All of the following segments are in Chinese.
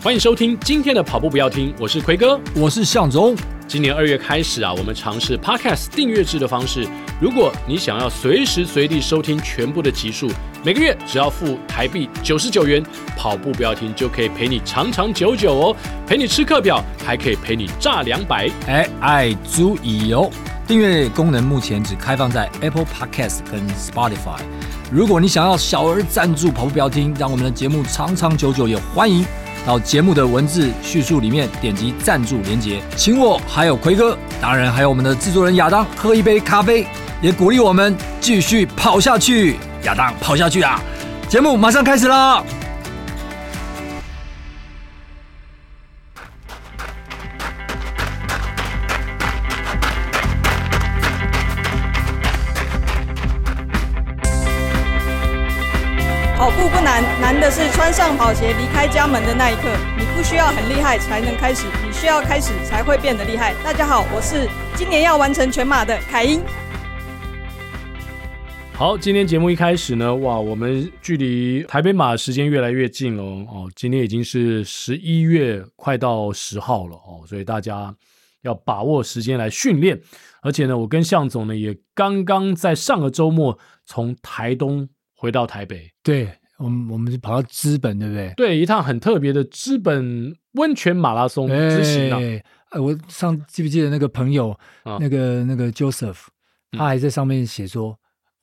欢迎收听今天的跑步不要听，我是奎哥。我是向总，今年二月开始啊，我们尝试 Podcast 订阅制的方式。如果你想要随时随地收听全部的集数，每个月只要付台币九十九元，跑步不要停就可以陪你长长久久哦，陪你吃课表，还可以陪你炸两百。哎，爱足以哦。订阅功能目前只开放在 Apple Podcast 跟 Spotify。如果你想要小额赞助跑步不要听，让我们的节目长长久久，也欢迎到节目的文字叙述里面点击赞助连结，请我还有奎哥，当然还有我们的制作人亚当喝一杯咖啡，也鼓励我们继续跑下去。亚当跑下去啊！节目马上开始啦！跑步不难，难的是穿上跑鞋离开家门的那一刻。你不需要很厉害才能开始，你需要开始才会变得厉害。大家好，我是今年要完成全马的凯英。好，今天节目一开始呢，哇，我们距离台北马时间越来越近了哦。今天已经是十一月，快到十号了哦，所以大家要把握时间来训练。而且呢，我跟向总呢也刚刚在上个周末从台东回到台北，对，我们我们是跑到资本，对不对？对一趟很特别的资本温泉马拉松之行啊。哎哎我上记不记得那个朋友，啊那个那个 Joseph，嗯他还在上面写说，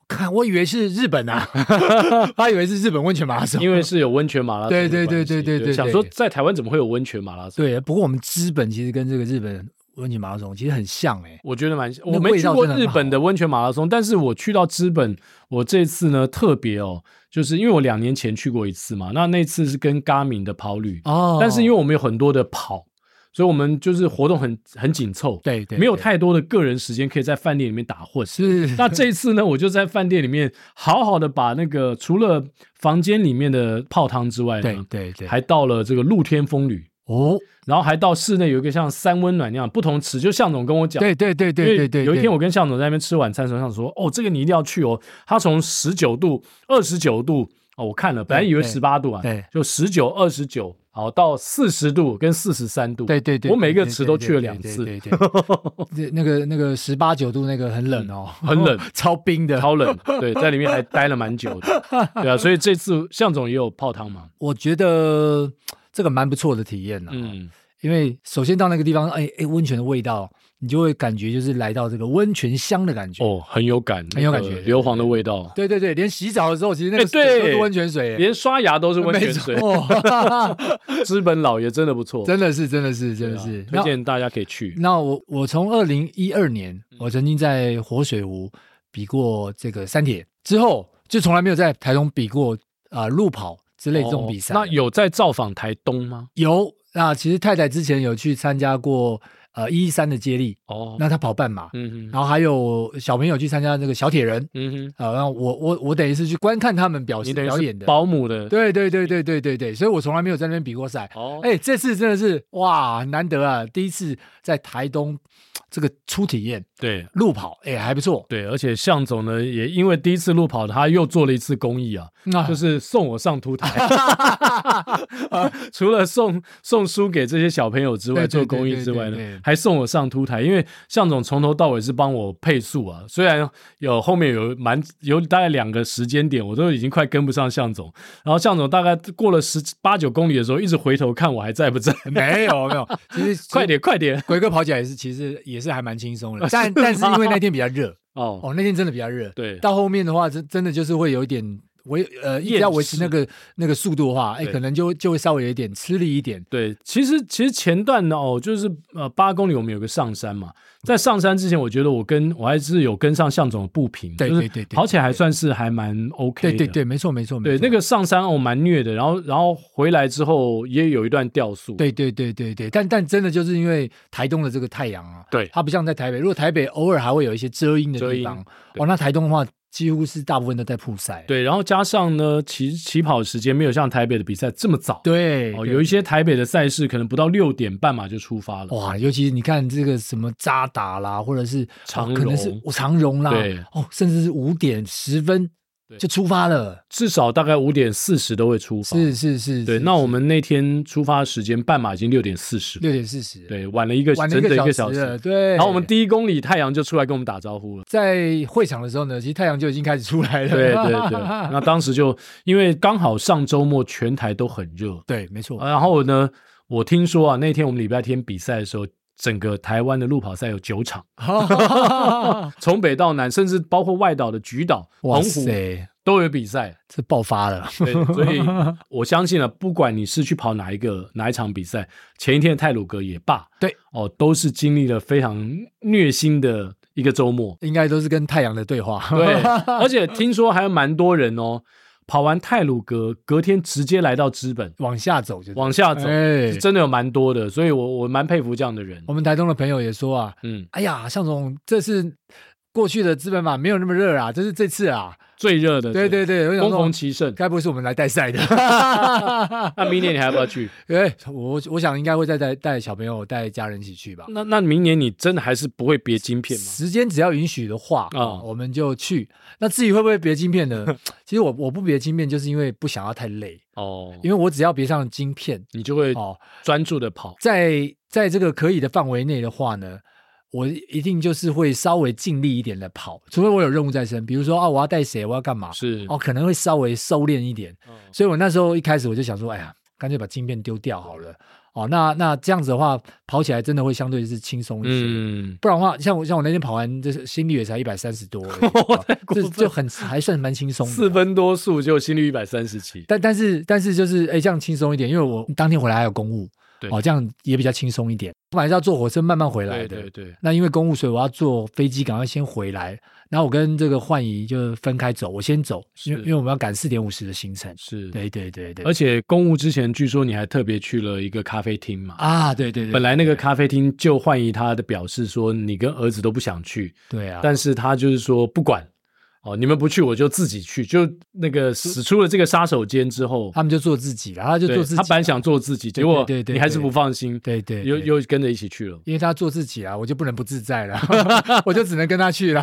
看我以为是日 本啊， 他以为是日本温泉马拉松，因为是有温泉马拉松的关对系，对对对对对对想说在台湾怎么会有温泉马拉松？ 对。不过我们资本其实跟这个日本温泉马拉松其实很像哎、我觉得蛮，那我没味去道过真的日很本的温泉马拉松，但是我去到资本，我这次呢特别哦，就是因为我两年前去过一次嘛，那那次是跟嘎敏的跑旅，哦但是因为为我们有很多的跑，所以我们就是活动很很紧凑，对对没有对太多的个人时间可以在饭店里面打混。 是那这一次呢，我就在饭店里面好好的把那个除了房间里面的泡汤之外呢，对对对，还到了这个露天风旅，哦，然后还到室内有一个像三温暖那样不同池，就向总跟我讲，对对对对因对为对，有一天我我跟向总在那边吃晚餐的时候，向总说：“哦，这个你一定要去哦。”他从十九度、二十九度哦，我看了，本来以为对十八度啊，对就十九、二十九，好到四十度跟四十三度，对对对，我每一个对池对都对去了对两对次，对对， 对那个那个十八九度那个很冷哦，很冷， 超冰的，超冷，对，在里面还待了蛮久的， 对啊，所以这次向总也有泡汤嘛，我觉得这个蛮不错的体验啦、嗯，因为首先到那个地方，哎哎，温泉的味道，你就会感觉就是来到这个温泉乡的感觉。哦，很有感，很有感那个觉硫磺的味道，对对对，连洗澡的时候，其实那哎个对水都是温泉水，连刷牙都是温泉水没，错 哦资本老爷真的不错， 真的是真的是真对的啊是。推那荐嗯大家可以去，那我我从二零一二年，我曾经在活水湖比过这个三铁，之后就从来没有在台东比过啊、呃路跑之类这种比赛了、哦那有在造访台东吗？有，那其实太太之前有去参加过呃一一三的接力，哦，那她跑半马，嗯哼，然后还有小朋友去参加那个小铁人，嗯哼，啊、然后我我我等于是去观看他们表你示等于表是演的，保姆的，对对对对对对对，所以我从来没有在那边比过赛。哦，哎、这次真的是哇，难得啊！第一次在台东这个初体验对路跑，哎、还不错。对，而且向总呢，也因为第一次路跑，他又做了一次公益啊，那就是送我上 凸台，啊除了送送书给这些小朋友之外，对对做公益之外对对对呢对，还送我上凸台，因为向总从头到尾是帮我配速啊，虽然有后面有蛮有大概两个时间点，我都已经快跟不上向总，然后向总大概过了十八九公里的时候，一直回头看我还在不 在，没有没有， 其实 快。点快点鬼哥跑起来也是，其实也是还蛮轻松的，但但是因为那天比较热，哦。哦，那天真的比较热。对到后面的话，真真的就是会有一点维呃，一直要维持那个那个速度的话，哎，对可能就就会稍微有一点吃力一点。对，其实其实前段呢，哦，就是呃八公里我们有个上山嘛，在上山之前，我觉得我跟我还是有跟上向总的步频，对就是对对对跑起来还算是还蛮 OK 对的，对对，没错没错对没错。那个上山哦蛮虐的，然后然后回来之后也有一段掉速，对对对对对，但但真的就是因为台东的这个太阳啊，对它不像在台北，如果台北偶尔还会有一些遮阴的遮地阴方，对哦，那台东的话几乎是大部分都在曝晒。对然后加上呢起起跑时间没有像台北的比赛这么早，对，哦对哦有一些台北的赛事可能不到六点半嘛就出发了，哇，尤其你看这个什么扎达啦，或者是哦长可能是荣哦长荣啦对，哦，甚至是五点十分对就出发了。至少大概五点四十都会出发。是是是，对，是那我们那天出发时间半马已经六点四十，六点四十，，对，晚了一个晚整了整一个小小时了，时。对。然后我们第一公里太阳就出来跟我们打招呼了。在会场的时候呢，其实太阳就已经开始出来了。对 对对，那当时就因为刚好上周末全台都很热，呃对，没错，然后呢，我听说啊，那天我们礼拜天比赛的时候，整个台湾的路跑赛有九场，从北到南，甚至包括外岛的菊岛、 哇澎湖塞，都有比赛。这爆发了，对，所 以我相信了，啊不管你是去跑哪一个哪一场比赛，前一天的泰鲁格也罢，对，哦，都是经历了非常虐心的一个周末。应该都是跟太阳的对话。对， 而且听说还有蛮多人哦，跑完泰鲁格隔天直接来到资本往下走就往下走，哎哦是真的有蛮多的，所以我我蛮佩服这样的人我。们台东的朋友也说啊，嗯，哎呀，向总，这次过去的资本马没有那么热啊，这是这次啊，最热的，对对对，我想攻说逢，其盛。该不会是我们来带赛的？ 那明年你还要不要去？哎，我我想应该会再带带小朋友、带家人一起去吧。那那明年你真的还是不会别晶片吗？时间只要允许的话啊、啊我们就去。那至于会不会别晶 片呢？其实我我不别晶片，就是因为不想要太累，哦，因为我只要别上晶片你就会哦，专注的跑。在在这个可以的范围内的话呢，我一定就是会稍微尽力一点的跑，除非我有任务在身，比如说啊，我要带谁，我要干嘛，是哦哦，可能会稍微收敛一点。所以我那时候一开始我就想说，哎呀，干脆把晶片丢掉好了。哦，那那这样子的话，跑起来真的会相对是轻松一些。嗯，不然的话，像我像我那天跑完，就是心率也才一百三十多 而已我太过分就就很还算蛮轻松的。四，分多速就心率一百三十七。但但是但是就是哎，这样轻松一点，因为我当天回来还有公务，对哦，这样也比较轻松一点。我本来是要坐火车慢慢回来对的，对对，那因为公务，所以我要坐飞机，赶快先回来。然后我跟这个幻怡就分开走，我先走，因为是因为我们要赶四点五十的行程。是。对对对对，而且公务之前，据说你还特别去了一个咖啡厅嘛。啊，对对对，本来那个咖啡厅就幻疑他的表示说，你跟儿子都不想去，对啊，但是他就是说不管哦，你们不去我就自己去，就那个使出了这个杀手锏之后，他们就做自己了，他就对做自己。啊他本来，想做自己，结果对对对你还是对不放心，对对，又对又跟着一起去了。因为他做自己啊，我就不能不自 在了，我就只能跟他去了，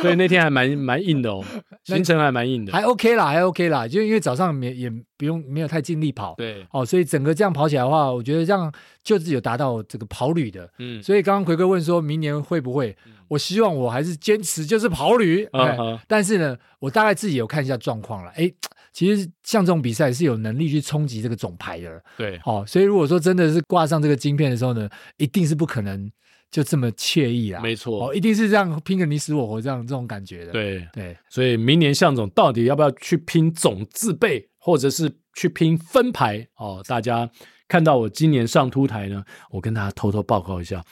所以那天还蛮蛮硬的哦， 那行程还蛮硬的还。OK 啦，还 OK 啦，就因为早上没也不用没有太尽力跑，对，哦，所以整个这样跑起来的话，我觉得这样就是有达到这个跑旅的。嗯，所以刚刚奎哥问说明年会不会，我希望我还是坚持就是跑旅，啊哎哈但是呢，我大概自己有看一下状况了，哎，其实像这种比赛是有能力去冲击这个总排的，对，哦，所以如果说真的是挂上这个晶片的时候呢，一定是不可能就这么惬意啦。没错哦，，一定是这样拼个你死我活这样这种感觉的。对。对，所以明年向总到底要不要去拼总字辈，或者是去拼分牌？哦，大家看到我今年上凸台呢，我跟大家偷偷报告一下，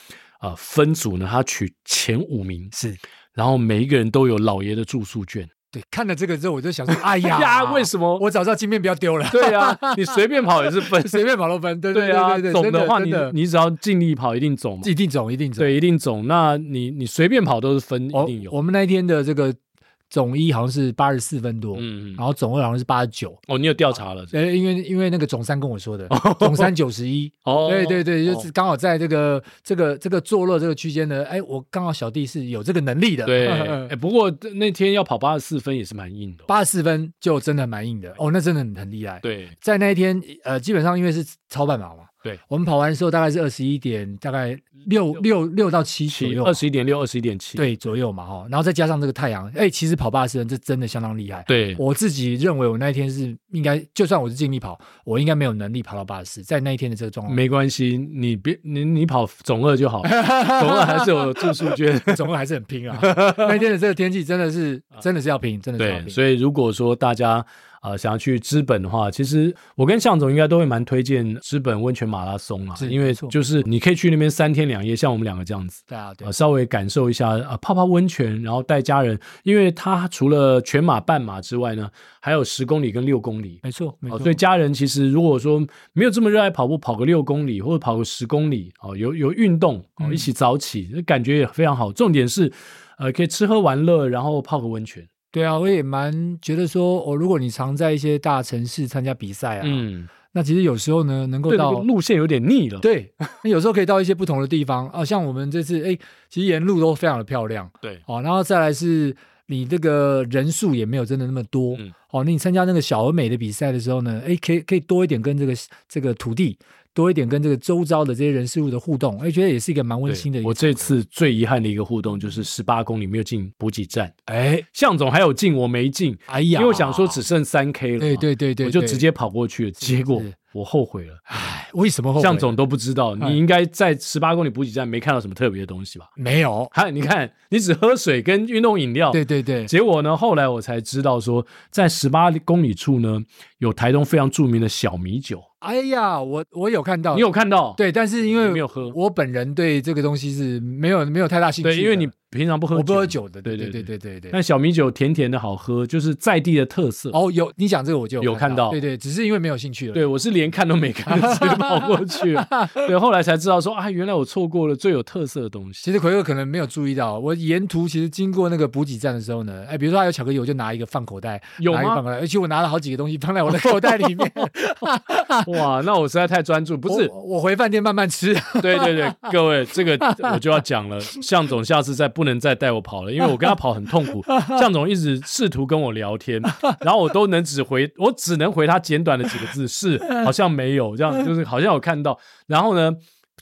啊、分组呢他取前五名是然后每一个人都有老爷的住宿 券。对。看了这个之后，我就想说，哎呀， 呀为什么 我早知道晶片不要丢了，。对呀、你随便跑也是分 随便跑都分。对对对啊，对，总真的话真你的你只要尽力跑，一定总嘛。一定总一定总。对，一定总。那你你随便跑都是分，一哦，定有。我们那一天的这个总一好像是八十四分多，嗯，然后总二好像是八十九。哦，你有调查了？呃，因为因为那个总三跟我说的，总三九十一，哦，对对对，就是哦刚好在这个这个这个坐落这个区间呢，哎，我刚好小弟是有这个能力的， 对。哎，不过那天要跑八十四分也是蛮硬的哦。八十四分就真的蛮硬的哦，那真的很很厉害。，对在那一天，呃，基本上因为是超半马嘛，对，我们跑完的时候大概是二十一点，大概六六六到七左七右，二十一点六，二十一点七。对左右嘛哈，然后再加上这个太阳，哎，其实跑八十四分这真的相当厉害。对我自己认为我那一天是应该，就算我是尽力跑，我应该没有能力跑到八十四，在那一天的这个状况，没关系，你别你你跑总二就 好，总二还是有住宿券。总共还是很拼 啊。那一天的这个天气真的是，真的是要拼，真的是要啊对，拼。所以如果说大家呃想要去资本的话，其实我跟向总应该都会蛮推荐资本温泉马拉松啊，是因没为错就是你可以去那边三天两夜，像我们两个这样子。对啊，对呃，，稍微感受一下，呃，泡泡温泉，然后带家人，因为它除了全马、半马之外呢，还有十公里跟六公里。没错，没哦，错。所以家人其实如果说没有这么热爱跑步，跑个六公里或者跑个十公里，哦，有有运动，哦，一起早起，感觉也非常好。重点是，呃，可以吃喝玩乐，然后泡个温泉。对啊，我也蛮觉得说，哦，如果你常在一些大城市参加比赛啊，嗯，那其实有时候呢，能够对，那个到路线有点腻了。对，那有时候可以到一些不同的地方啊，像我们这次，哎，其实沿路都非常的漂亮对哦，然后再来是你这个人数也没有真的那么多，嗯哦，那你参加那个小而美的比赛的时候呢，哎，可以可以多一点跟这个这个土地，多一点跟这个周遭的这些人事物的互动，哎，觉得也是一个蛮温馨的一对个。我这次最遗憾的一个互动就是十八公里没有进补给站，哎向总还有进，我没进，哎呀，因为我想说只剩三 K 了嘛，对对对对，我就对直接跑过去了，结果是我后悔了。哎为什么后悔向总都不知道，哎你应该在十八公里补给站没看到什么特别的东西吧？没有？还你看，你只喝水跟运动饮料，对对对，结果呢，后来我才知道说，在十八公里处呢，有台东非常著名的小米酒，哎呀，我我有看到，你有看到？哦对，但是因为你没有喝我本人对这个东西是没有没有太大兴趣的，对，因为你平常不喝，我不喝酒的，对对对对对对对。但小米酒甜甜的好喝，就是在地的特色。哦，有你讲这个我就有看到对对，只是因为没有兴趣了。对，我是连看都没看，直接跑过去了。对，后来才知道说啊，原来我错过了最有特色的东西。 其实奎哥可能没有注意到，我沿途其实经过那个补给站的时候呢，哎，比如说还有巧克力，我就拿一个放口袋，有拿一个吗放口袋，而且我拿了好几个东西放在我的口袋里面。哇，那我实在太专注， 不是我，我回饭店慢慢吃。 对对对，各位，这个我就要讲了。向总下次再不能再带我跑了，因为我跟他跑很痛苦。向总一直试图跟我聊天，然后我都能只回，我只能回他简短的几个字，是好像没有这样，就是好像有看到。然后呢？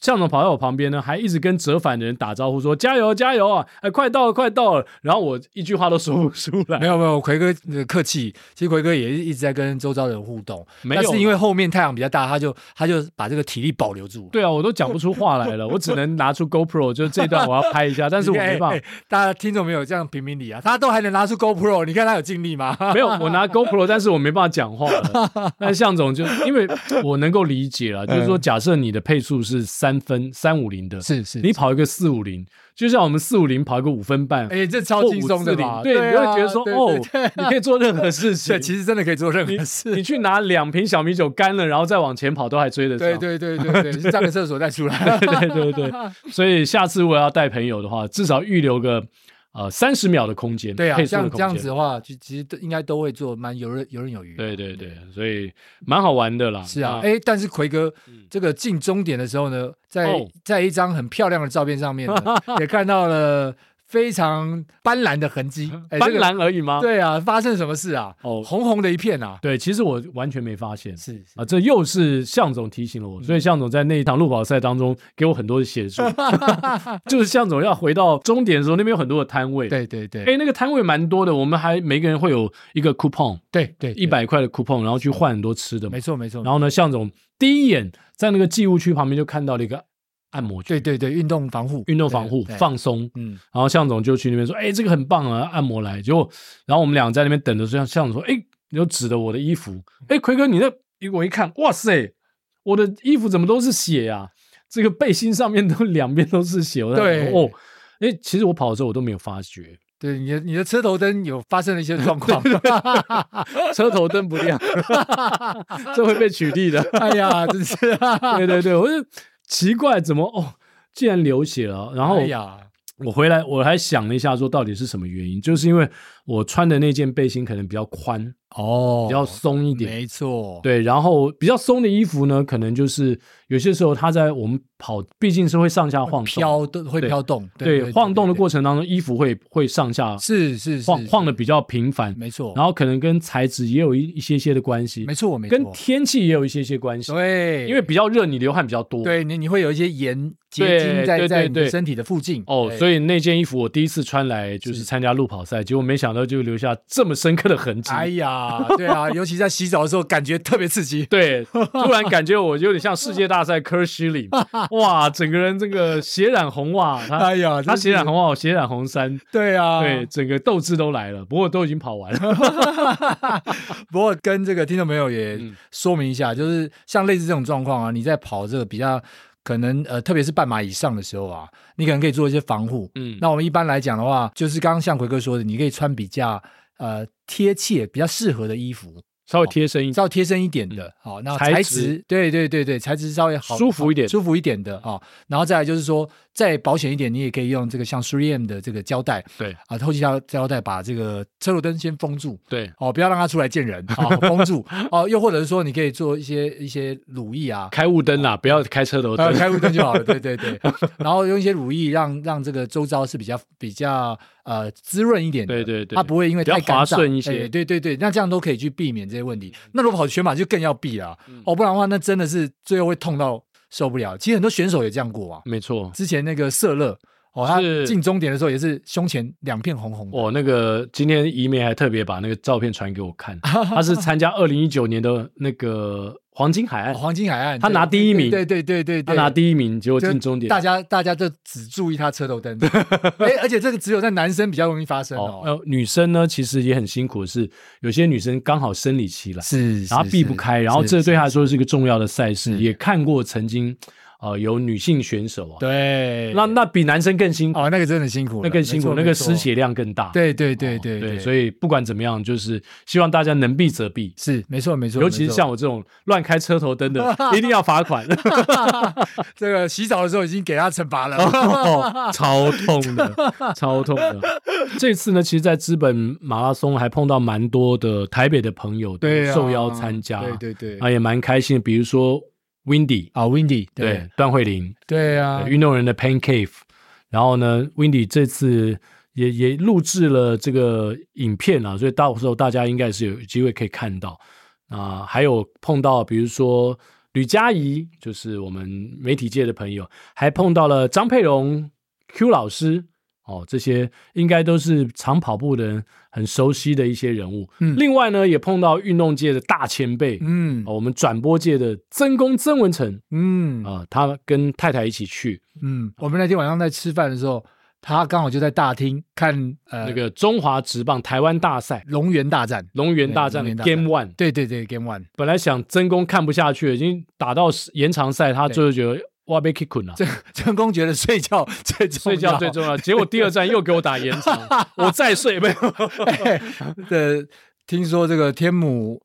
向总跑到我旁边呢，还一直跟折返的人打招呼说：“加油，加油啊！哎，快到了，快到了！”然后我一句话都说不出来 没。有没有，奎哥呃客气，其实奎哥也一直在跟周遭的人互动，没有但是啦因为后面太阳比较大，他就他就把这个体力保留住。对啊，我都讲不出话来了，我只能拿出 GoPro，就是这段我要拍一下，但是我没办法哎。哎大家听众没有这样评评理啊，他都还能拿出 GoPro，你看他有尽力吗？ 没有，我拿 GoPro，但是我没办法讲话 了。但向总就因为我能够理解了，就是说，假设你的配速是三分三五零的，嗯是是你跑一个四五零，就像我们四五零跑一个五分半 哎、这超或轻松的540吧？对，你会啊觉得说对哦啊对对，你可以做任何事情 对，。其实真的可以做任何事。你去拿两瓶小米酒干了，然后再往前跑，都还追得上对。对对对对，去上个厕所再出来。 对对对对，所以下次如果要带朋友的话，至少预留个呃三十秒的空间， 对啊，配速的像空这间。样子的话，就其实都应该都会做蛮游刃游刃有余。对对对，所以蛮好玩的啦。是啊，那哎，但是奎哥这个进终点的时候呢，在哦在一张很漂亮的照片上面呢也看到了非常斑斓的痕迹。哎斑。这个斓而已吗？对啊，发生什么事啊？哦红红的一片啊。对，其实我完全没发现。是嗯啊，这又是向总提醒了我，所以向总在那一趟路跑赛当中给我很多的协 助，就是向总要回到终点的时候，那边有很多的摊位，，对对对哎，那个摊位蛮多的，我们还每个人会有一个 coupon，对对，对一，百块的 coupon，然后去换很多吃的嘛没。错没错。然后呢，向总第一眼在那个寄物区旁边就看到了一个按摩对区，对对，运动防护，运动防护对对放松，嗯，然后向总就去那边说：“哎，这个很棒啊，按摩来。”结果，然后我们俩在那边等的时候，向总说：“哎，你就指着我的衣服，哎，奎哥，你那……”我一看，哇塞，我的衣服怎么都是血啊？这个背心上面都两边都是血。我在对想哦，哎，其实我跑的时候我都没有发觉，对，你的你的车头灯有发生了一些状况。车头灯不 亮，这会被取缔的。 哎呀，真是 啊！对对对，我就奇怪，怎么哦，竟然流血了？然后哎呀，我回来我还想了一下，说到底是什么原因？就是因为我穿的那件背心可能比较宽。哦比较松一点。没错，对，然后比较松的衣服呢，可能就是有些时候它在我们跑，毕竟是会上下晃动，飘动会对飘动，对，晃动的过程程当中，衣服会会上下是是是晃晃的的，比较频繁，没错，然后可能跟材质也有一一些些的关系没，错没跟错，天气也有一些些关系，对，因为比较热，你流汗比较多，对你你会有一些盐结对晶在对在对你的对身体的附近哦，所以以那件衣服我第一次穿来就是是参加路跑赛，结果没想到就留下这么深刻的痕迹，哎 呀，对啊，尤其在洗澡的时候感觉特别刺激，对，突然感觉我有点像世界大赛科西 里，哇，整个人这个血染红袜，他哎呀，他真血染是红袜，我血染红衫，对啊，对，。整个斗志都来了。不过都已经跑完了， 不过跟这个听众朋友也嗯说明一下，就是像类似这种状况啊，你在跑这个比较可能呃，特别是半马以上的时候啊，你可能可以做一些防护，嗯，那我们一般来讲的话，就是刚刚像奎哥说的，你可以穿比较呃贴切、比较适合的衣服。稍微贴身一点。稍微贴身一点的，好、那嗯材材质质，对对对对，材质稍微好，舒服一点好舒服一点的啊、好然后再来就是说，再保险一点，你也可以用这个像 3M 的这个胶带对啊，透气胶胶带把这个车头灯先封住，对，哦，不要让它出来见人， 啊，封住，哦，又或者是说你可以做一些一些乳液啊，开雾灯啦，不要开车头呃，灯。开雾灯就好了，对对对， 然后用一些乳液让让这个周遭是比较比较呃滋润一点的，对对对它不会因为比较太干滑燥顺一哎些嗯对对对，那这样都可以去避免这些问题。那如果跑全马就更要避了，哦，不然的话那真的是最后会痛到受不了。其实很多选手也这样过啊，没错，之前那个瑟勒。哦，他嗯是哦进终点的时候也是胸前两片红红的，我那个今天怡梅还特别把那个照片传给我 看，她是参加二零一九年的那个黄金海岸哦，黄金海岸，他对拿第一名对对对对对，她拿第一名，结果就进终点。大家大家就只注意他车头灯， 哎，而且这个只有在男生比较容易发生哦，哦，呃，女生呢其实也很辛苦，是有些女生刚好生理期来，是然后避不开，然后这对她来说是一个重要的赛事，是也看过曾经呃有女性选手啊，对，那那比男生更辛苦，哦那个真的辛苦了，那更辛没苦，错那个没错失血量更大。对对对哦对对，对，所以以不管怎么样，就是希望大家能避则避。是没错没错，尤其没是错像我这种乱开车头灯 的，一定要罚款，这个洗澡的时候已经给他惩罚了， 哦超痛的，超痛的。 这次呢，其实，在资本马拉松还碰到蛮多的台北的朋友 对啊，受邀参加，对对啊，对，也蛮开心的。比如说 Windy，啊 Windy，对，段慧玲，对啊对，运动人的 Pain Cave，然后呢，Windy 这次也也录制了这个影片啊，所以到时候大家应该是有机会可以看到啊、还有碰到比如说吕佳怡，就是我们媒体界的朋友，还碰到了张佩荣 Q 老师。哦，这些应该都是常跑步的人很熟悉的一些人物。嗯另外呢，也碰到运动界的大前辈，嗯哦我们转播界的曾公曾文成嗯啊、他跟太太一起去，嗯，我们那天晚上在吃饭的时候，他刚好就在大厅看呃那个中华职棒台湾大赛龙源大战，龙源大战对龙的源大战 Game One，对对对，Game One，本来想真宫看不下去了，已经打到延长赛，他最后觉得哇被 kick 了。郑郑公觉得 睡觉最重睡要，觉最重要，结果第二站又给我打延 长，我再睡没有？对，听说这个天母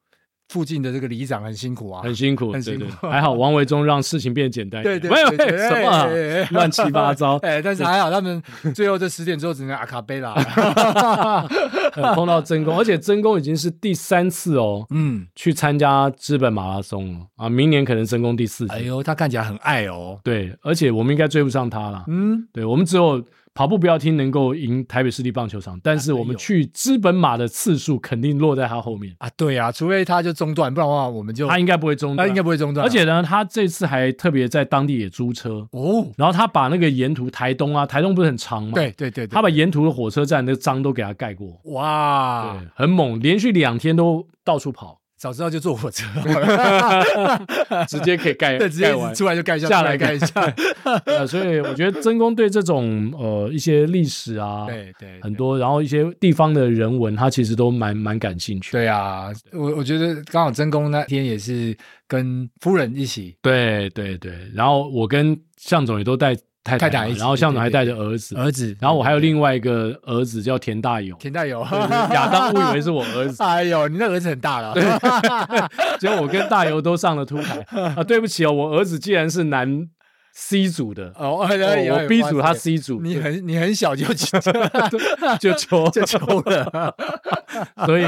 附近的这个里长很辛苦啊，很辛苦，很对辛苦对，还好王维忠让事情变简单一对点。对，没有对对什么啊哎哎哎。乱七八糟 哎，但是还好，他们最后这十点之后只能阿卡贝拉。呃碰到真宫，而且真宫已经是第三次哦 嗯，去参加资本马拉松了啊，明年可能真宫第四哎次。呦，他看起来很爱哦。对，而且我们应该追不上他了。嗯，对，我们只有跑步不要听能够赢台北市立棒球场，但哎是我们去资本马的次数肯定落在他后面，啊，对啊，除非他就中断，不然的话我们就他应该不会中他断，应该不会中断啊。而且呢，他这次还特别在当地也租车，哦，然后他把那个沿途台东啊，台东不是很长吗？，对对对，对他把沿途的火车站那个章都给他盖过，哇，对，很猛，连续两天都到处 跑，早知道就坐火 车好了，直接可以盖对，直接盖完出来就盖一下，下出来盖一下。对所以我觉得真宫对这种呃一些历史啊，对对，很对多，然后一些地方的人文，他其实都蛮蛮感兴趣的。对啊，我我觉得刚好真公那天也是跟夫人一起，对对对，然后我跟向总也都带太太嘛太一起然后向总还对带对着儿子，儿子，然后我还有另外一个儿子叫田大勇，田大友，嗯 对亚当误以为是我儿子， 哎呦，你那儿子很大了，结果我跟大友都上了凸台啊，对不起哦，我儿子既然是男 C 组的，哦哦，哎呀我 B 组他哇 C 组，你很你很小就就 就 球就抽了， 所以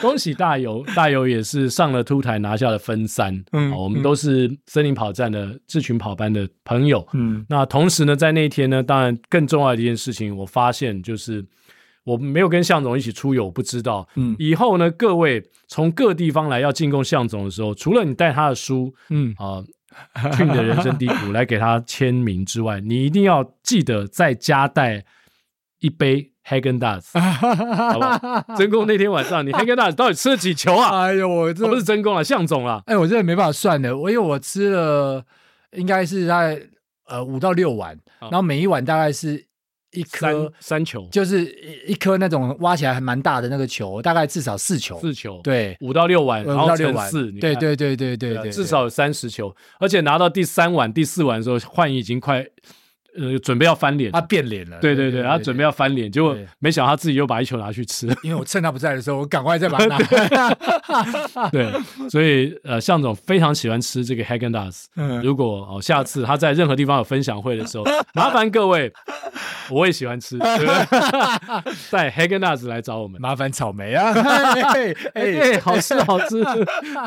恭喜大 友，大友也是上了凸台拿下了分三，嗯，嗯我们都是森林跑站的志群跑班的朋友， 嗯，那同时呢，在那一天呢，当然更重要的一件事情，我发现就是我没有跟向总一起出游，我不知道。嗯以后呢，各位从各地方来要进贡向总的时候，除了你带他的书嗯，啊，去你的人生地图》来给他签名之外，你一定要记得再加带一杯 Hagen d a z 好不好？真公那天晚上，你 Hagen d a z 到底吃了几球啊？哎呦，我这哦、不是真公啊，向总啊，哎，我真的没办法算的，我因为我吃了应该是在呃五到六碗，啊然后每一碗大概是一三颗，三球，就是一一颗那种挖起来还蛮大的那个球，大概至少四球，四球，，对，五到六碗，呃然五到后六乘碗，四，你对看对对对对啊对，至少有三十球，而且拿到第三碗、第四碗的时候，幻影已经快呃准备要翻脸他，变脸了。对对对，他准备要翻脸，结果啊对没想到他自己又把一球拿去吃，因为我趁他不在的时候，我赶快再把它拿。对，所以呃，向总非常喜欢吃这个 Hagen Dazs。嗯如果哦，下次他在任何地方有分享会的时候，麻烦各位，我也喜欢 吃，对不对带 Hagen Dazs 来找我们。 麻烦草莓 啊！哎哎，好吃好 吃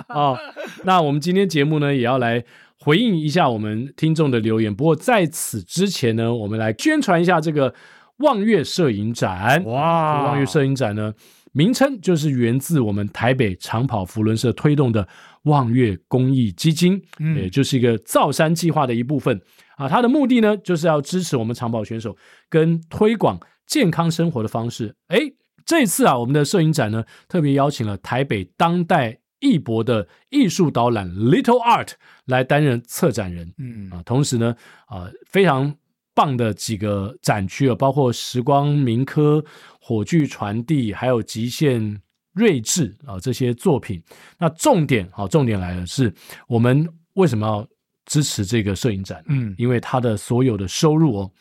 哦！那我们今天节目呢，也要来回应一下我们听众的留言。不过在此之前呢，我们来宣传一下这个望月摄影展。哇望月摄影展呢，名称就是源自我们台北长跑福伦社推动的望月公益基金，嗯也就是一个造山计划的一部分啊。它的目的呢，就是要支持我们长跑选手跟推广健康生活的方式。诶，这次啊，我们的摄影展呢，特别邀请了台北当代艺博的艺术导览 Little Art 来担任策展人。嗯啊，同时呢，啊、非常棒的几个展区啊，包括时光民科、火炬传递，还有极限睿智啊这些作品。那重点啊，重点来了，是我们为什么要支持这个摄影展？嗯因为它的所有的收入哦，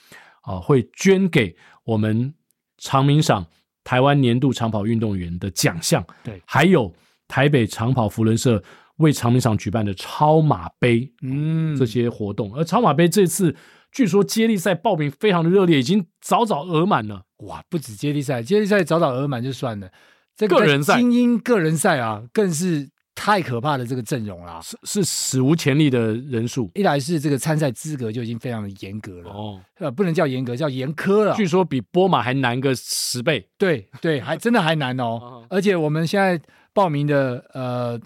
啊，会捐给我们长明赏台湾年度长跑运动员的奖项，对还有台北长跑福伦社为长明赏举办的超马杯嗯这些活动。而超马杯这次据说接力赛报名非常的热烈，已经早早额满了。哇，不止接力赛，接力赛早早额满就算了，这个个人赛精英个人赛啊，更是太可怕的这个阵容啦。是是史无前例的人数一来是这个参赛资格就已经非常的严格了，哦，呃，不能叫严格，叫严苛了。据说比波马还难个十倍。对对，还真的还难哦 嗯。而且我们现在报名的呃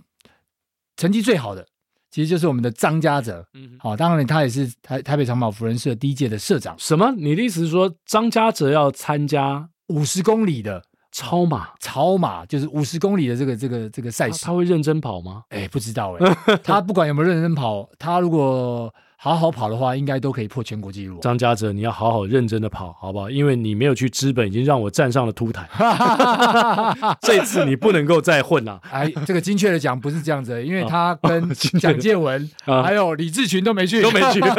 成绩最好的，其实就是我们的张家泽。嗯，好、当然他也是台台北长跑福人社第一届的社长，什么？你的意思是说张家哲要参加五十公里的超马？超马，就是五十公里的这个这个这个赛他事他。会认真跑吗？哎，不知道 哎，他不管有没有认真跑，他如果好好跑的话，应该都可以破全国纪录。哦张家哲，你要好好认真的跑，好不好？因为你没有去资本，已经让我站上了凸 台。这次你不能够再混了、哎，这个精确的讲不是这样子，因为他跟哦精确地蒋介文啊还有李志群都没去，都没 去哎，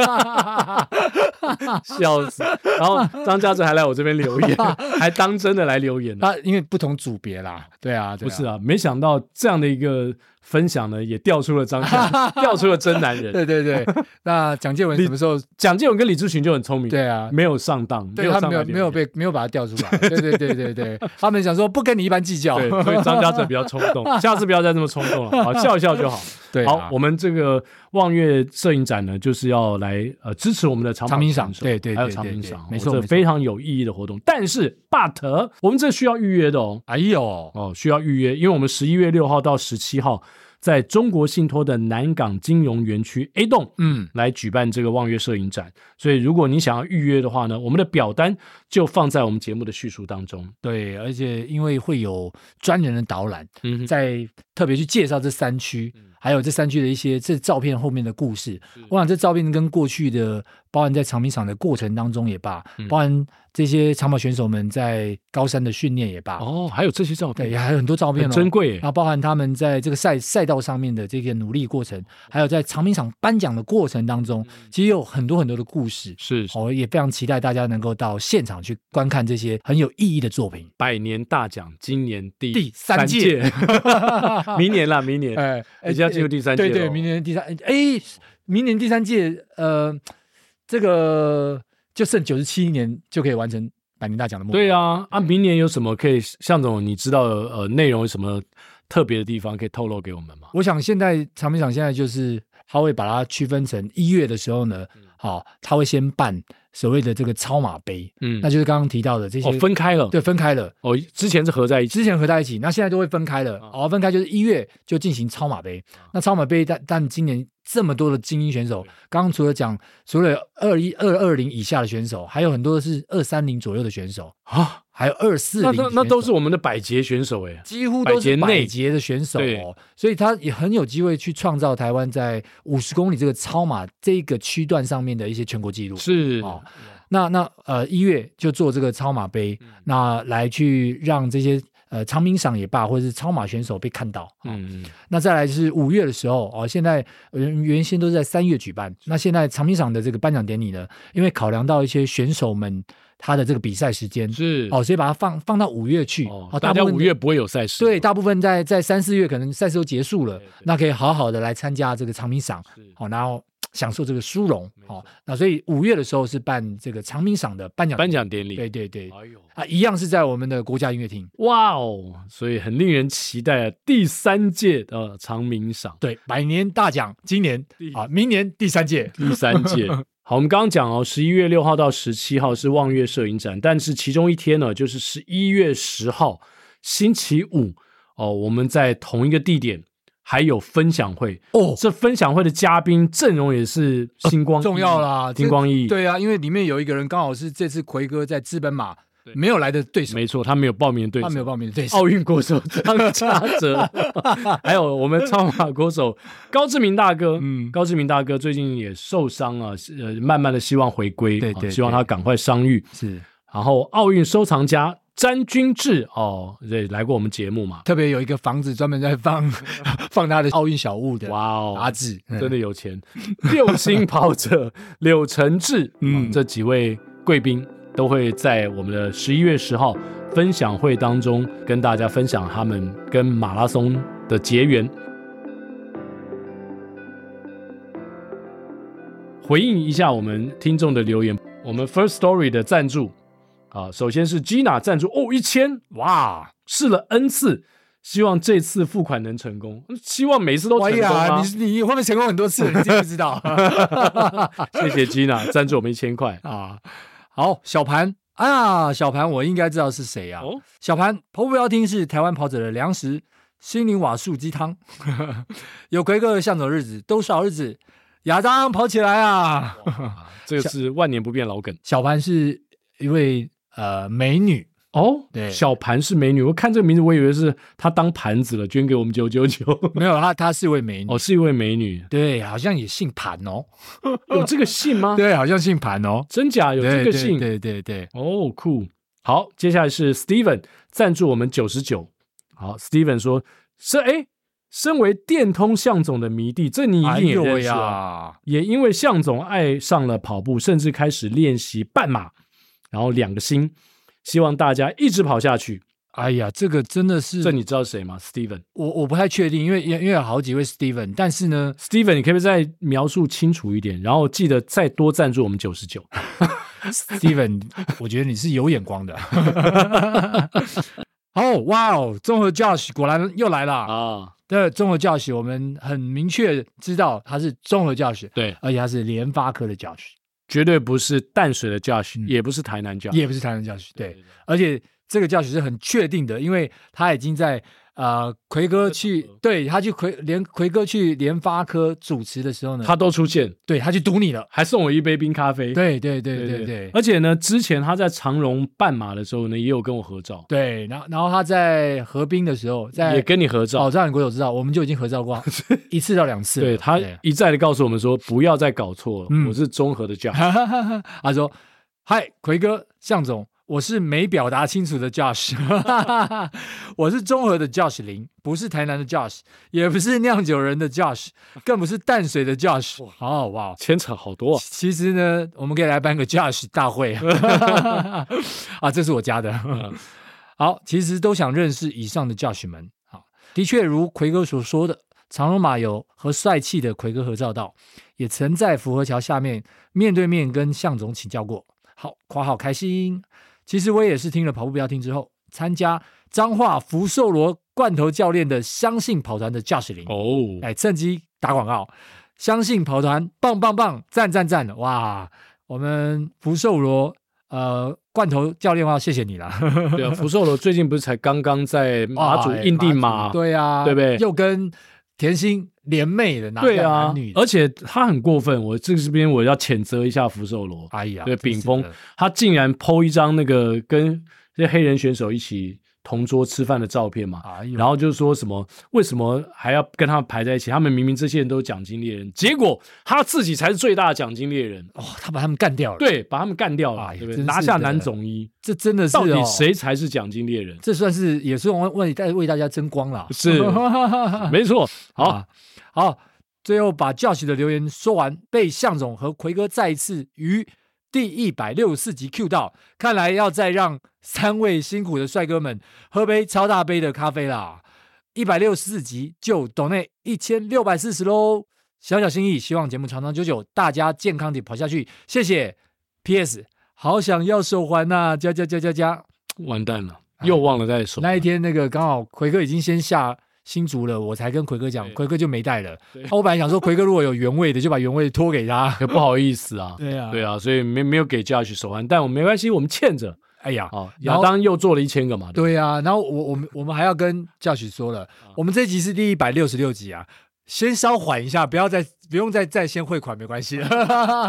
笑死！然后张家哲还来我这边留 言，还当真的来留言呢、他因为不同组别啦，对啊，对不是啊，啊，没想到这样的一个分享呢，也调出了张 家，调出了真男人。对对 对。那蒋介文什么时候？蒋介文跟李志群就很聪明，对啊，没有上当，对有他上没有当没有被没有把他调出 来，对对对对对，他们想说不跟你一般计较， 对，所以张家哲比较冲动，下次不要再这么冲动了，好笑一笑就好。对啊，好，我们这个望月摄影展呢，就是要来呃支持我们的长跑长鸣赏选手对对对还有长鸣对赏对，没错哦这没错非常有意义的活动。但是，but 我们这需要预约的哦，哎呦，哦，需要预约，因为我们十一月六号到十七号，在中国信托的南港金融园区 A 栋。嗯，来举办这个望月摄影展，所以如果你想要预约的话呢，我们的表单就放在我们节目的叙述当中。对，而且因为会有专人的导览，嗯在在特别去介绍这三区，还有这三区的一些这照片后面的故事是。我想这照片跟过去的，包含在长平场的过程当中也罢，嗯包含这些长跑选手们在高山的训练也罢，哦，还有这些照对，片，还有很多照片、很哦、珍贵耶然。后包含他们在这个赛赛道上面的这个努力过程，还有在长平场颁奖的过程当中，其实有很多很多的故事。嗯是我、也非常期待大家能够到现场去观看这些很有意义的作品。百年大奖今年第第三届届 明年啦，明年。哎，已经要进入第三届对对，了明年第三，哎，明年第三届，呃，这个就剩九十七年就可以完成百年大奖的目标。对，啊，啊，明年有什么可以，向总，你知道呃内容有什么特别的地方可以透露给我们吗？我想现在长平场现在就是他会把它区分成一月的时候呢，嗯好、他会先办所谓的这个超马杯，嗯那就是刚刚提到的这些、哦分开了，对分开了。哦之前是合在一起，之前合在一起，那现在都会分开了。啊哦，分开就是一月就进行超马杯。嗯那超马杯，但但今年这么多的精英选手，刚刚除了讲，除了二一二二零以下的选手，还有很多是二三零左右的选手，啊，还有二四那零，那那都是我们的百杰选手哎，几乎都是百百节节的选手对哦，所以他也很有机会去创造台湾在五十公里这个超马这个区段上面的一些全国纪录。是哦，嗯那那呃一月就做这个超马杯，那来去让这些呃长鸣赏也罢，或者是超马选手被看到。哦嗯，那再来就是五月的时候哦，现在呃原先都是在三月举办，那现在长鸣赏的这个颁奖典礼呢，因为考量到一些选手们他的这个比赛时间，是哦，所以把它放放到五月去。哦，哦，大部家分五月不会有赛事，对，大部分在在三四月可能赛事都结束了对对，那可以好好的来参加这个长鸣赏，是好、然后享受这个殊荣，没好、错那所以五月的时候是办这个长鸣赏的颁奖，颁，奖典礼，对对对，哎呦，啊，一样是在我们的国家音乐厅，哇哦，所以很令人期待啊第三届的长鸣赏。对，百年大奖，今年第啊，明年第 三届，第三届。好，我们刚刚讲哦，十一月六号到十七号是望月摄影展，但是其中一天呢，就是十一月十号星期五哦，我们在同一个地点还有分享会哦这分享会的嘉宾阵容也是星光熠熠、重要啦，星光熠熠。这，对啊，因为里面有一个人刚好是这次奎哥在资本马对没有来的对手，没错，他没有报名的对手，他没有报名的对手，奥运国手张家 哲，还有我们超马国手高志明大哥，嗯高志明大哥最近也受伤了，是呃，慢慢的希望回归，对对啊希望他赶快伤愈。是然后奥运收藏家詹君志哦，对，来过我们节目嘛？特别有一个房子专门在放 放他的奥运小物的哇哦，阿志，嗯真的有钱！ 六星跑者 柳承志，嗯、嗯这几位贵宾都会在我们的十一月十号分享会当中跟大家分享他们跟马拉松的结缘。回应一下我们听众的留言，我们 First Story 的赞助啊，首先是 Gina 赞助哦，一千哇，试了 N 次，希望这次付款能成功，希望每次都成哎功呀，吗？你你会不会成功很多次？ 你自己不知道谢谢 Gina 赞助我们一千 块啊。好，小盘啊，小盘，我应该知道是谁啊？哦，小盘跑步要听是台湾跑者的粮食，心灵瓦数鸡汤， 有奎哥的向走日子都是好日子，亚当跑起来啊！哦这个是万年不变老梗小盘是一位呃美女，哦。对小盘是美女，我看这个名字，我以为是她当盘子了，捐给我们九九九。没有她，她是一位美女， 哦，是一位美女，对，好像也姓盘哦， 有这个姓吗？对，好像姓盘哦，真假啊有这对个对姓？对对对，哦，酷。好，接下来是 Steven 赞助我们九十九。好，Steven 说：“是哎，身为电通向总的迷弟，这你一定也认识哦、哎呀，也因为向总爱上了跑步，甚至开始练习半马，然后两个星，希望大家一直跑下去。哎呀，这个真的是这你知道谁吗？Steven，Steven，我我不太确定，因为因为因为有好几位 Steven，但是呢，你可不可以再描述清楚一点？然后记得再多赞助我们九十 九。 Steven，我 觉得你是有眼光的。好哇哦，综合 Josh 果然又来了。啊，对，综合 Josh 我们很明确知道他是综合 Josh，对，而且他是联发科的 Josh，绝对不是淡水的 Josh，、嗯也不是台南 Josh，也不是台湾 Josh。对，而且这个 Josh 是很确定的，因为他已经在呃奎哥去，对他去奎联奎哥去联发科主持的时候呢，他都出现，对他去堵你了。还送我一杯冰咖啡。对对对对对。而且呢，之前他在长荣半马的时候呢，也有跟我合照，对，然后然后他在合滨的时候，在也跟你合照。哦，这样你国手知道，我们就已经合 照过一次到两次了。对他一再的告诉我们说，不要再搞错了，嗯我是综合的 Josh。 他说：“嗨，奎哥，向总，我是没表达清楚的 Josh，我是综合的 Josh 林，不是台南的 Josh，也不是酿酒人的 Josh，更不是淡水的 Josh。哦，哇，牵扯好多、啊。其实呢，我们可以来办个 Josh 大会 啊，这是我家的。好，其实都想认识以上的 Josh 们。好，的确如奎哥所说的，长荣马有和帅气的奎哥合照到，也曾在福和桥下面面对面跟向总请教过。好，夸好开心。其实我也是听了跑步不要听之后，参加彰化福寿螺罐头教练的相信跑团的 Josh 林。哦，哎，趁机打广告，相信跑团棒棒棒，赞赞赞！哇，我们福寿螺呃罐头教练话，谢谢你了。对啊，福寿螺最近不是才刚刚在 马 祖哇哎印地马？祖对啊，对不对又跟甜心联袂的，拿对下啊男女，的，而且他很过分，我这这边我要谴责一下福寿螺，哎呀，对真丙是峰的他竟然剖一张那个跟这些黑人选手一起同桌吃饭的照片嘛，哎呦，然后就说什么为什么还要跟他们排在一起？他们明明这些人都是奖金猎人，结果他自己才是最大的奖金猎人，哦，他把他们干掉了。，对，把他们干掉了，哎呀对不对？真是拿下的男总一，这真的是、到哦、底？谁才是奖金猎人？这算是也是为为大为大家争光了。是没错，好，啊，好，最后把 Josh 的留言说完，被向总和奎哥再一次于第一百六十四集 Q 到，看来要再让三位辛苦的帅哥们喝杯超大杯的咖啡啦。一百六十四集就懂内一千六百四十喽，小小心意，希望节目长长久久，大家健康地跑下去，谢谢。P.S. 好想要手环呐、加加加加加！完蛋了，又忘了带手。哎那一天那个刚好奎哥已经先下新竹了，我才跟奎哥讲，对奎哥就没带了。对啊我本来想说奎哥如果有原味的，就把原味托 给他。可不好意思啊，对啊对啊，所以没没有给 Josh 手环，但我没关系，我们欠着 哎呀，啊。然亚后当又做了一千个嘛，对对啊，然后我我们我们还要跟教许说了，啊我们这集是第一百六十六集啊，先稍缓一下，不要再不用再再先汇款，没关系，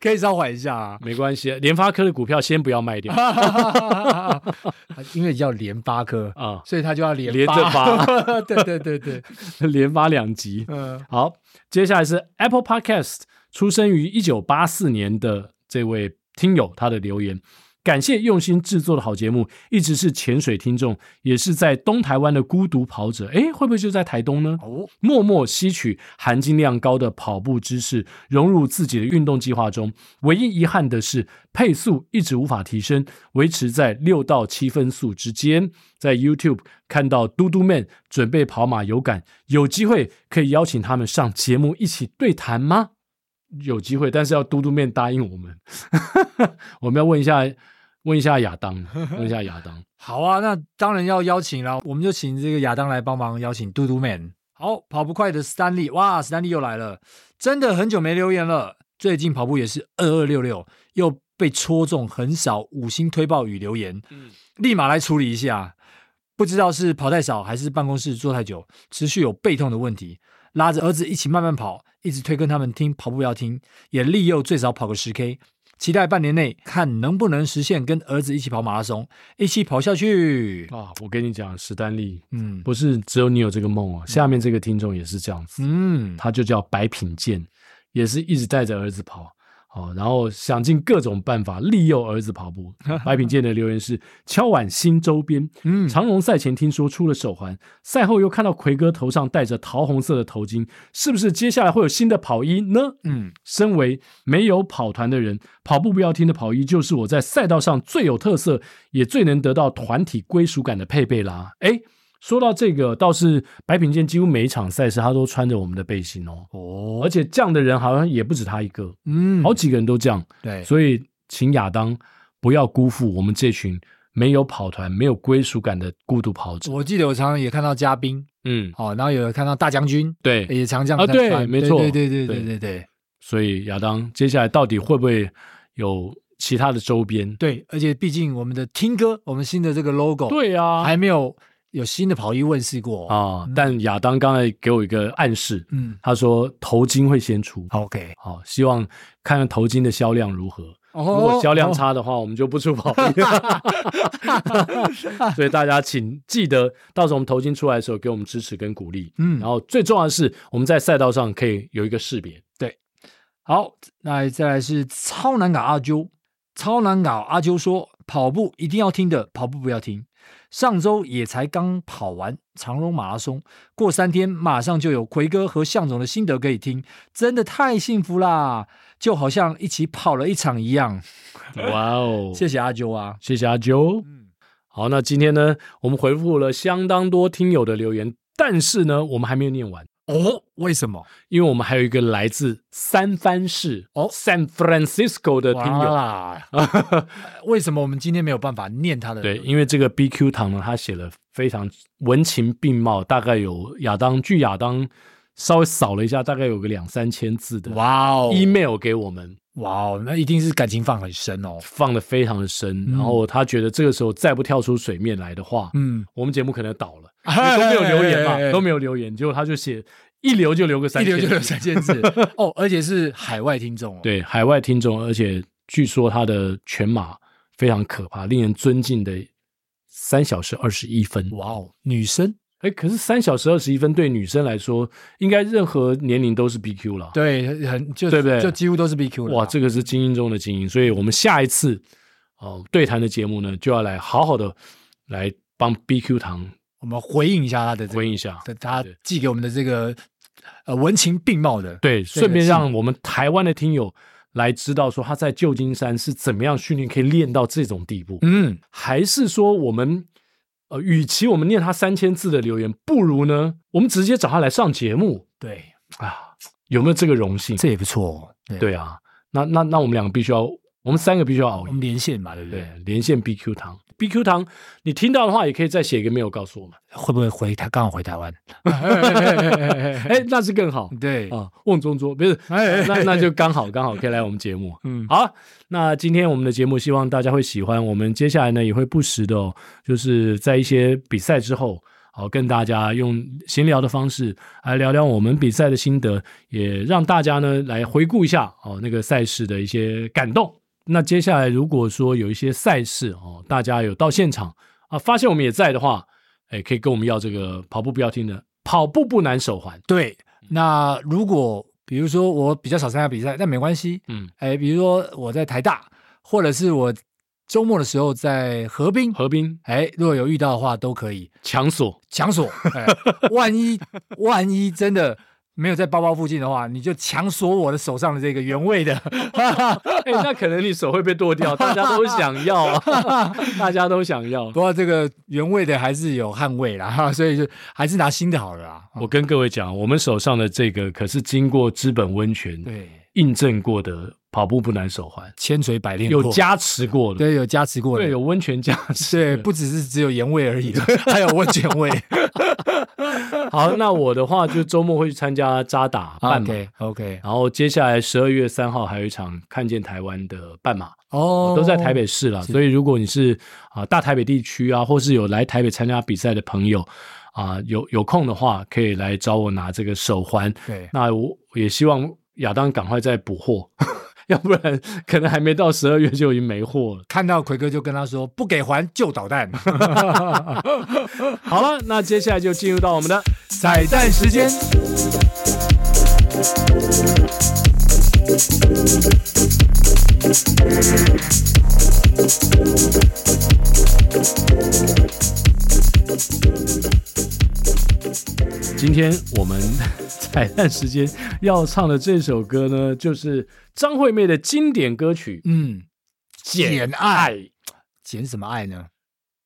可以稍缓一下吧，。啊没关系，联发科的股票先不要 卖掉啊 因为叫联发科，啊， 所以他就要连连着发 对对对对，连发两集。嗯、好，接下来是 Apple Podcast 出生于一九八四年的这位听友他的留言。感谢用心制作的好节目，一直是潜水听众，也是在东台湾的孤独跑者。诶，会不会就在台东呢？哦，默默吸取含金量高的跑步知识，融入自己的运动计划中。唯一遗憾的是，配速一直无法提升，维持在六到七分速之间。在 YouTube 看到嘟嘟 man 准备跑马有感，有机会可以邀请他们上节目一起对谈吗？有机会，但是要嘟嘟面答应我们， 我们要问一下，问一下亚当， 问一下亚当。好啊，那当然要邀请了，我们就请这个亚当来帮忙邀请嘟嘟 man。好，跑不快的史丹利，哇，史丹利又来了，真的很久没留言了。最近跑步也是二二六六，又被戳中很少五星推报与留言，嗯立马来处理一下。不知道是跑太少还是办公室坐太久，持续有背痛的问题，拉着儿子一起慢慢跑，一直推跟他们听跑步要听，也利诱最少跑个十 K，期待半年内看能不能实现跟儿子一起跑马拉松，一起跑下去。啊，我跟你讲，史丹利，嗯不是只有你有这个梦哦，下面这个听众也是这样子，嗯，他就叫白品健，也是一直带着儿子跑。哦，然后想尽各种办法利诱儿子跑步。白品健的留言是：敲碗新周边，嗯长荣赛前听说出了手环，赛后又看到奎哥头上戴着桃红色的头巾，是不是接下来会有新的跑衣呢？嗯，身为没有跑团的人，跑步不要听的跑衣就是我在赛道上最有特色，也最能得到团体归属感的配备啦。诶，说到这个，倒是白品健几乎每一场赛事他都穿着我们的背心哦，哦而且这样的人好像也不止他一个，嗯，好几个人都这样，对，所以请亚当不要辜负我们这群没有跑团、没有归属感的孤独跑者。我记得我常常也看到嘉宾，嗯，哦，然后有看到大将军，对，也常这样啊在对穿没错对对对对对对对所以亚当接下来到底会不会有其他的周边？对，而且毕竟我们的听歌，我们新的这个 logo，对啊，还没有有新的跑衣问世过哦。啊、但亚当刚才给我一个暗示，嗯他说头巾会先出， ，OK，好，希望看看头巾的销量如何。如如果销哦量，差的话，我们就不出 跑衣。所以大家请记得，到时候我们头巾出来的时候，给我们支持跟鼓励。嗯然后最重要的是，我们在赛道上可以有一个识别。好，那再来是超难搞阿啾，超难搞阿啾说跑步一定要听的，跑步不要听。上周也才刚跑完长荣马拉松，过三天马上就有奎哥和向总的心得可以听，真的太幸福啦！就好像一起跑了一场一样。哇哦，嗯谢谢阿啾啊，谢谢阿啾。嗯好，那今天呢，我们回复了相当多听友的留言，但是呢，我们还没有念完。哦，为什么？因为我们还有一个来自三藩市哦，San Francisco 的听友。 哇，为什么我们今天没有办法念他的？对，，因为这个 BQ 堂呢，他写了非常文情并茂，大概有亚当，据亚当稍微扫了一下，大概有个两三千字的哇哦， email 给我们，哇哦，那一定是感情放很深哦。放的非常的深。嗯然后他觉得这个时候再不跳出水面来的话，嗯，我们节目可能倒了，因为都没有留言哎哎哎嘛，哎都没有留言，结果他就写一留就留个三一千留字，就留 三千字哦，而且是海外听众哦。，对海外听众，而且据说他的全马非常可怕，令人尊敬的三小时二十一分。哇哦，女生哎，可是三小时二十一分对女生来说，应该任何年龄都是 BQ 了。对，很就对不对就几乎都是 BQ 了。哇，这个是精英中的精英，所以我们下一次哦、对谈的节目呢，就要来好好的来帮 BQ 堂我们回应一下他的这个回应一下。的他寄给我们的这个呃文情并茂的，对，这个顺便是让我们台湾的听友来知道说他在旧金山是怎么样训练，可以练到这种地步。嗯，还是说我们呃，与其我们念他三千字的留言，不如呢，我们直接找他来上节目对，啊？有没有这个荣幸？这也不错哦，对，对啊，那那那我们两个必须要，我们三个必须要熬我夜们。连线嘛，对不嗯对？对，连线 BQ 堂，BQ 堂，你听到的话也可以再写一个 mail 告诉我 们，会不会回台？刚好回台湾， 哎，那是更好对，啊。瓮中捉不是，哎那那就刚好刚好可以来我们节目。嗯，好，那今天我们的节目希望大家会喜欢。我们接下来呢也会不时的、哦，就是在一些比赛之后，好、跟大家用闲聊的方式来聊聊我们比赛的心得，也让大家呢来回顾一下哦那个赛事的一些感动。那接下来如果说有一些赛事哦，大家有到现场啊，发现我们也在的话，哎，可以跟我们要这个跑步不要听的跑步不难手环。对。那如果比如说我比较少参加比赛，那没关系，嗯，哎，比如说我在台大，或者是我周末的时候在河滨，何冰哎，如果有遇到的话都可以强索，强锁，哎，万一万一真的。没有在包包附近的话，你就强锁我的手上的这个原味的， 哎、那可能你手会被剁掉，大家都想要 啊，大家都想要不。过这个原味的还是有捍卫啦， 哈，所以就还是拿新的好了 啦。我跟各位讲，我们手上的这个可是经过资本温泉对，印证过的跑步不难手环，千锤百炼过有，加持过的，对，有加持过的，对，有温泉加持。对，不只是只有盐味 而已，还有温泉味。好，那我的话就周末会去参加扎打 半马。啊 OK OK，然后接下来十二月三号还有一场看见台湾的半马，哦，都在台北市了。所以如果你是啊、大台北地区啊，或是有来台北参加比赛的朋友啊、有有空的话，可以来找我拿这个手环。对，那我也希望亚当赶快再补货， 要不然可能还没到十二月就已经没货了。 看到奎哥就跟他说，不给还就捣蛋。 好了，那接下来就进入到我们的彩蛋时间，今天我们 彩蛋时间要唱的这首歌呢，就是张惠妹的经典歌曲《嗯，简简爱，减什么爱呢？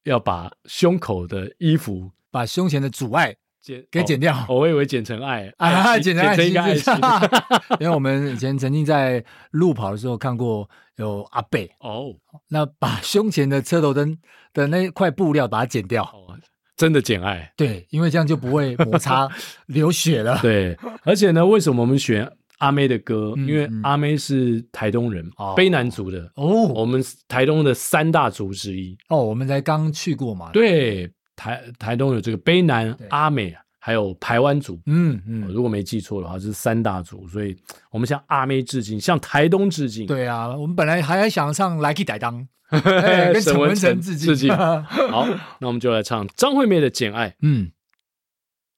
要把胸口的衣服把胸前的阻碍剪给剪掉。哦，我以为剪成爱啊， 心简单爱剪成心一个爱是心。 因为我们以前曾经在路跑的时候看过有阿贝， 哦那把胸前的车头灯的那块布料把它剪掉，哦，真的简爱。对，因为这样就不会 摩擦流血了。对，而且呢，为什么我们选阿妹的歌？嗯因为嗯阿妹是台东人，哦卑南族的，哦我们台东的三大族之一。哦，我们才刚去过嘛。，对，台台东有这个卑南啊对、阿美，还有台湾族。嗯我嗯，如果没记错的话，这是三大族，所以我们向阿妹致敬，向台东致敬。对啊，我们本来还想上来去逮 当，哎跟沈陈文文成成致，致敬好 那我们就来唱张惠妹的《简爱》。嗯，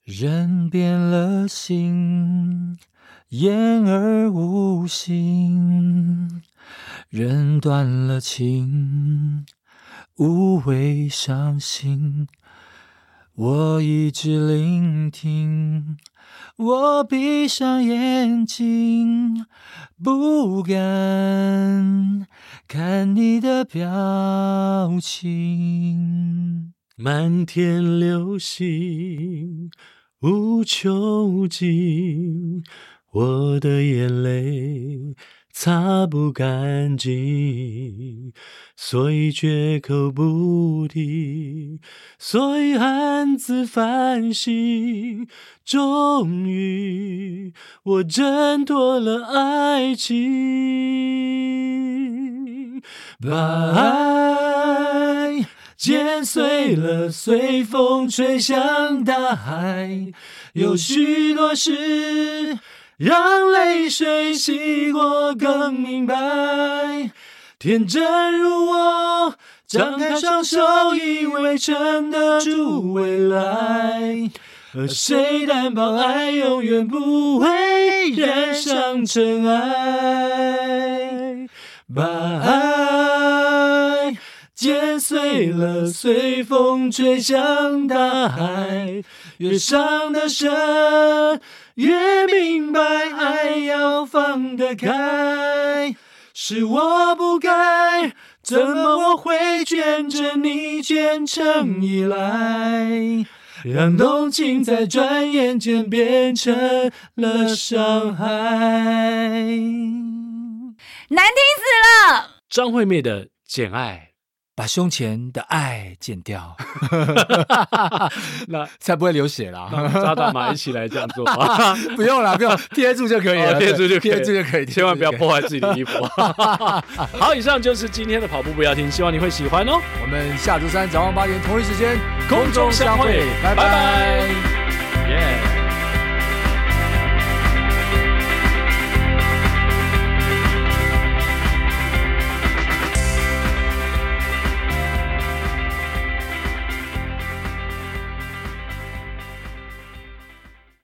人变了心，言而无信；人断了情，无谓伤心。我一直聆听，我闭上眼睛，不敢看你的表情。满天流星无穷尽，我的眼泪擦不干净，所以绝口不提，所以暗自反省。终于，我挣脱了爱情，把爱。剪碎了，随风吹向大海。有许多事，让泪水洗过，更明白。天真如我，张开双手，以为撑得住未来。和谁担保爱永远不会染上尘埃？把爱剪碎了，随风吹向大海。越伤得深，越明白爱要放得开。是我不该，怎么我会卷着你卷成依赖？让动情在转眼间变成了伤害。难听死了。张惠妹的《简爱把胸前的爱 剪掉，那才不会流血啦。》，渣打马一起来这样做 吧，不用啦，不用，贴住就可以哦了，贴住就可以贴住就可以， 千万不要贴住就可破坏自己的衣服。 好，以上就是今天的跑步不要停，希望你会喜欢哦。以。我们下周三早上八点同一时间空中相会拜拜拜拜耶、